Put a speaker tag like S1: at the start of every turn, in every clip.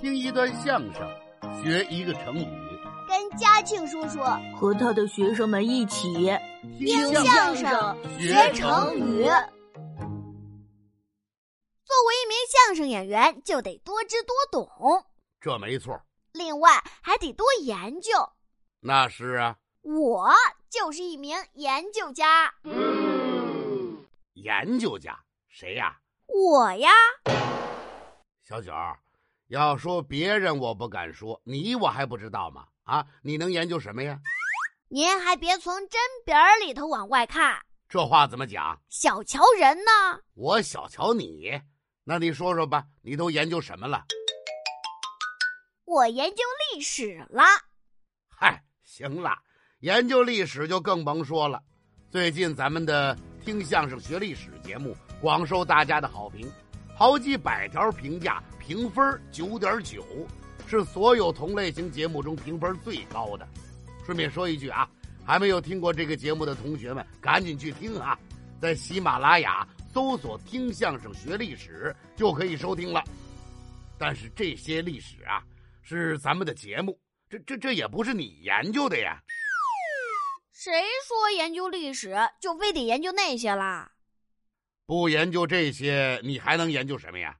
S1: 听一段相声，学一个成语，
S2: 跟嘉庆叔叔
S3: 和他的学生们一起
S1: 听
S2: 相
S1: 声
S2: 声
S1: 学成
S2: 语。
S1: 语。
S2: 作为一名相声演员，就得多知多懂，
S1: 这没错。
S2: 另外还得多研究。
S1: 那是啊，
S2: 我就是一名研究家，
S1: 研究家谁呀、
S2: 我呀，
S1: 小九儿，要说别人我不敢说，你我还不知道吗？啊，你能研究什么呀？
S2: 您还别从针鼻儿里头往外看，
S1: 这话怎么讲？
S2: 小瞧人呢。
S1: 我小瞧你。那你说说吧，你都研究什么了？
S2: 我研究历史了，
S1: 嗨，行了，研究历史就更甭说了。最近咱们的听相声学历史节目广受大家的好评，好几百条评价，评分九点九，是所有同类型节目中评分最高的。顺便说一句啊，还没有听过这个节目的同学们，赶紧去听啊，在喜马拉雅搜索“听相声学历史”就可以收听了。但是这些历史啊，是咱们的节目，这这这也不是你研究的呀。
S2: 谁说研究历史就非得研究那些啦？
S1: 不研究这些，你还能研究什么呀？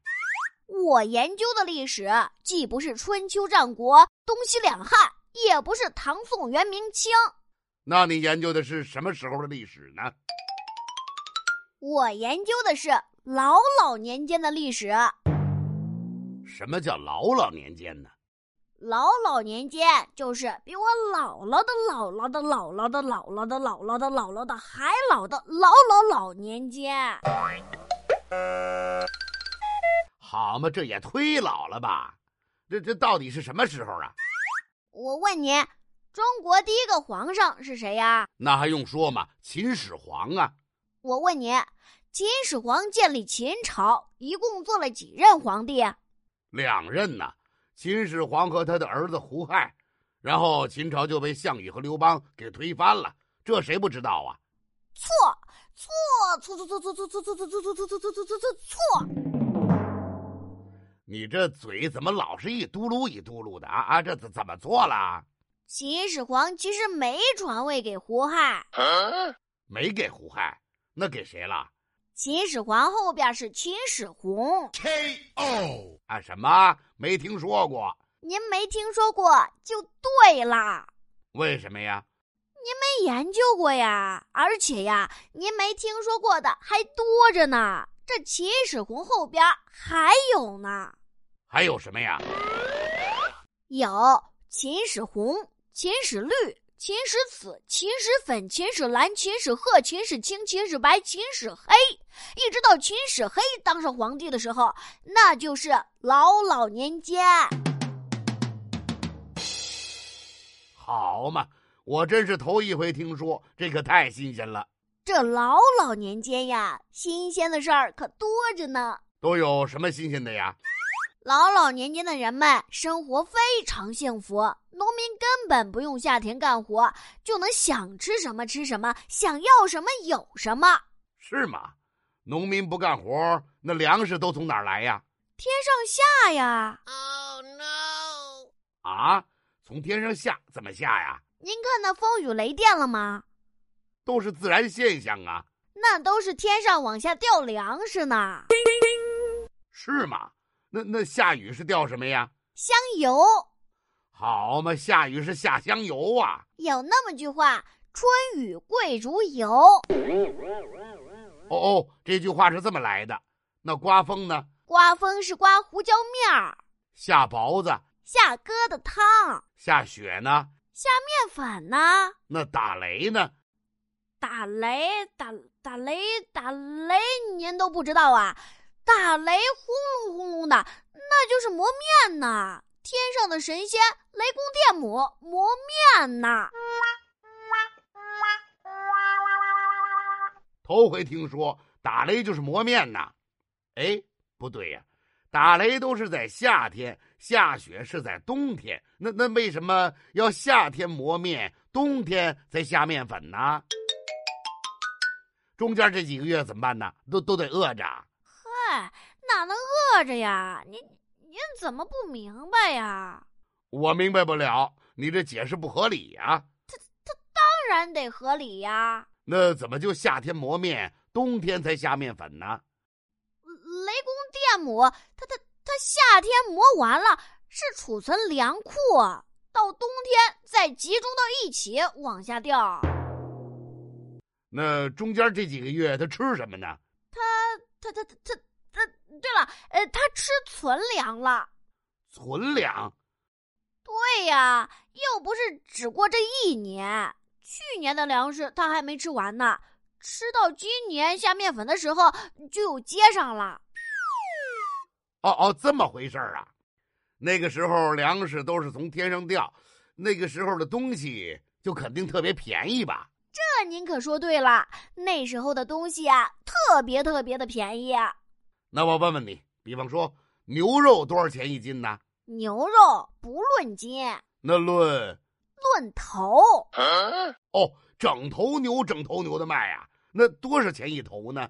S2: 我研究的历史既不是春秋战国、东西两汉，也不是唐宋元明清，
S1: 那你研究的是什么时候的历史呢？
S2: 我研究的是老老年间的历史。
S1: 什么叫老老年间呢？
S2: 老老年间就是比我姥姥的姥姥的姥姥的姥姥的姥姥的姥姥的还老的老老老年间。
S1: 好嘛，这也忒老了吧？这这到底是什么时候啊？
S2: 我问您，中国第一个皇上是谁呀？
S1: 那还用说吗？秦始皇啊，
S2: 我问您，秦始皇建立秦朝一共做了几任皇帝？啊
S1: 两任呢。秦始皇和他的儿子胡亥，然后秦朝就被项羽和刘邦给推翻了，这谁不知道啊？
S2: 错错错错错错错错错错错错错错错错错！
S1: 你这嘴怎么老是一嘟噜一嘟噜的啊啊？这怎怎么错了？啊
S2: 秦始皇其实没传位给胡亥，
S1: 没给胡亥，那给谁了？
S2: 秦始皇后边是秦始皇。
S1: K.O. 啊，什么？没听说过？
S2: 您没听说过就对啦，
S1: 为什么呀？
S2: 没研究过呀，而且呀，您没听说过的还多着呢。这秦始皇后边还有呢，
S1: 还有什么呀？
S2: 有秦始红、秦始绿、秦始紫、秦始粉、秦始蓝、秦始褐、秦始青、秦始白、秦始黑，一直到秦始黑当上皇帝的时候，那就是老老年间。
S1: 好嘛，我真是头一回听说，这可太新鲜了。
S2: 这老老年间呀，新鲜的事儿可多着呢。
S1: 都有什么新鲜的呀？
S2: 老老年间的人们生活非常幸福，农民根本不用下田干活，就能想吃什么吃什么，想要什么有什么。
S1: 是吗？农民不干活，那粮食都从哪儿来呀？
S2: 天上下呀，
S1: 啊，从天上下，怎么下呀？
S2: 您看到风雨雷电了吗？
S1: 都是自然现象啊，
S2: 那都是天上往下掉粮食呢，
S1: 是吗？那那下雨是掉什么呀？
S2: 香油。
S1: 好嘛，下雨是下香油啊。
S2: 有那么句话：“春雨贵如油。”
S1: 哦哦，这句话是这么来的。那刮风呢？
S2: 刮风是刮胡椒面儿，
S1: 下雹子，
S2: 下疙瘩汤，
S1: 下雪呢？
S2: 面粉呢？
S1: 那打雷呢？
S2: 打雷打打雷打雷，您都不知道啊！打雷轰隆轰隆的，那就是磨面呐。天上的神仙雷公电母磨面呐。
S1: 头回听说打雷就是磨面呐。哎，不对呀、打雷都是在夏天，下雪是在冬天。那那为什么要夏天磨面，冬天再下面粉呢？中间这几个月怎么办呢？都都得饿着啊。
S2: 哎，哪能饿着呀？你你您怎么不明白呀？
S1: 我明白不了，你这解释不合理呀、
S2: 当然得合理呀。
S1: 那怎么就夏天磨面，冬天才下面粉呢？
S2: 雷公电母，它它它夏天磨完了是储存粮库，到冬天再集中到一起往下掉。
S1: 那中间这几个月他吃什么呢？
S2: 它它它它它，对了，呃，它吃存粮了。
S1: 存粮。
S2: 对呀，又不是只过这一年，去年的粮食它还没吃完呢，吃到今年下面粉的时候就有接上了。
S1: 哦哦，这么回事儿啊！那个时候粮食都是从天上掉，那个时候的东西就肯定特别便宜吧？
S2: 这您可说对了，那时候的东西啊，特别特别的便宜。
S1: 那我问问你，比方说牛肉多少钱一斤呢？
S2: 牛肉不论斤，
S1: 那论
S2: 论头，
S1: 哦，整头牛整头牛的卖呀、那多少钱一头呢？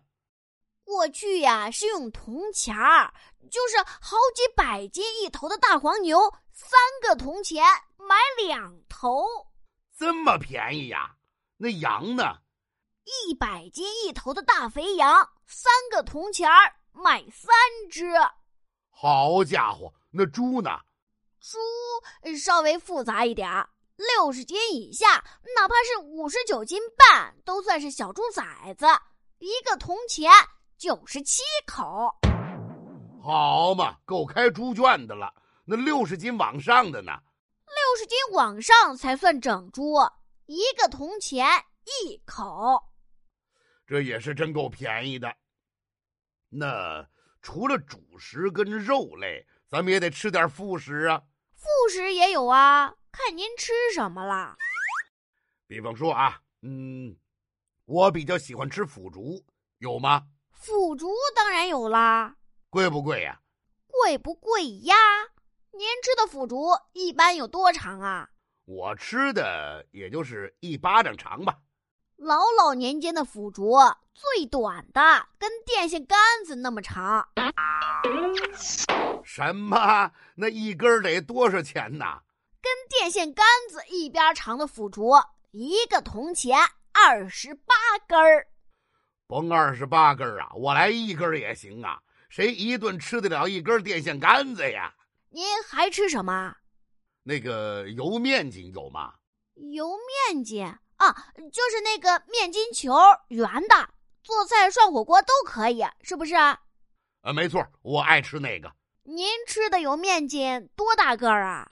S2: 过去呀、是用铜钱儿，就是好几百斤一头的大黄牛，三个铜钱买两头，
S1: 这么便宜呀、那羊呢？
S2: 一百斤一头的大肥羊，三个铜钱儿买三只。
S1: 好家伙，那猪呢？
S2: 猪呃稍微复杂一点儿，六十斤以下，哪怕是五十九斤半，都算是小猪崽子。一个铜钱九十七口，
S1: 好嘛，够开猪圈的了。那六十斤往上的呢？
S2: 六十斤往上才算整猪。一个铜钱一口，
S1: 这也是真够便宜的。那除了主食跟肉类，咱们也得吃点副食啊。
S2: 副食也有啊，看您吃什么啦。
S1: 比方说啊，嗯，我比较喜欢吃腐竹，有吗？
S2: 腐竹当然有啦。
S1: 贵不贵呀、
S2: 贵不贵呀？您吃的腐竹一般有多长啊？
S1: 我吃的也就是一巴掌长吧。
S2: 老老年间的腐竹最短的跟电线杆子那么长，
S1: 什么？那一根儿得多少钱呐？
S2: 跟电线杆子一边长的腐竹，一个铜钱二十八根儿。
S1: 甭二十八根儿啊，我来一根儿也行啊。谁一顿吃得了一根电线杆子呀？
S2: 您还吃什么？
S1: 那个油面筋有吗？
S2: 油面筋啊，就是那个面筋球，圆的，做菜涮火锅都可以，是不是？
S1: 呃，没错，我爱吃那个。
S2: 您吃的油面筋多大个儿啊？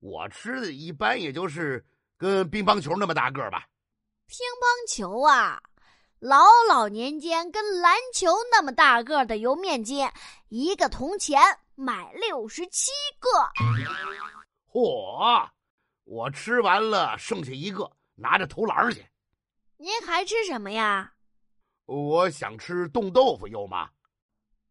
S1: 我吃的一般也就是跟乒乓球那么大个儿吧。
S2: 乒乓球啊，老老年间跟篮球那么大个儿的油面筋，一个铜钱买六十七个。
S1: 嚯，我吃完了剩下一个，拿着投篮儿去。
S2: 您还吃什么呀？
S1: 我想吃冻豆腐，有吗？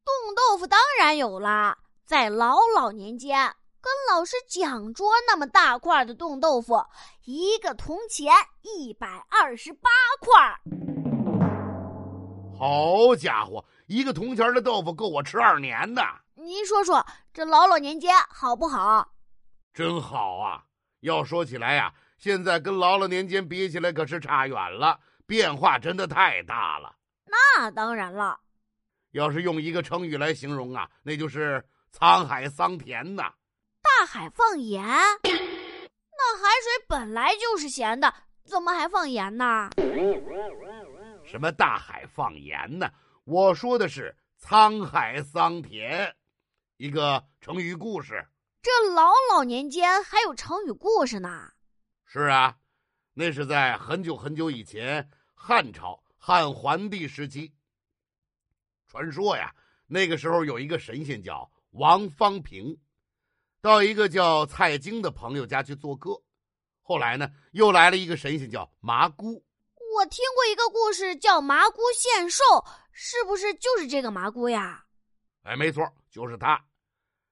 S2: 冻豆腐当然有啦，在老老年间跟老师讲桌那么大块儿的冻豆腐，一个铜钱一百二十八块儿。
S1: 好家伙，一个铜钱儿的豆腐够我吃二年的，
S2: 您说说这老老年间好不好？
S1: 真好啊！要说起来呀、现在跟劳劳年间比起来可是差远了，变化真的太大了。
S2: 那啊当然了。
S1: 要是用一个成语来形容啊，那就是沧海桑田呐、
S2: 大海放盐，那海水本来就是咸的，怎么还放盐呢？
S1: 什么大海放盐呢？我说的是沧海桑田，一个成语故事。
S2: 这老老年间还有成语故事呢。
S1: 是啊，那是在很久很久以前，汉朝汉桓帝时期。传说呀，那个时候有一个神仙叫王方平，到一个叫蔡京的朋友家去做客。后来呢，又来了一个神仙叫麻姑。
S2: 我听过一个故事叫麻姑献寿，是不是就是这个麻姑呀？
S1: 哎，没错，就是他。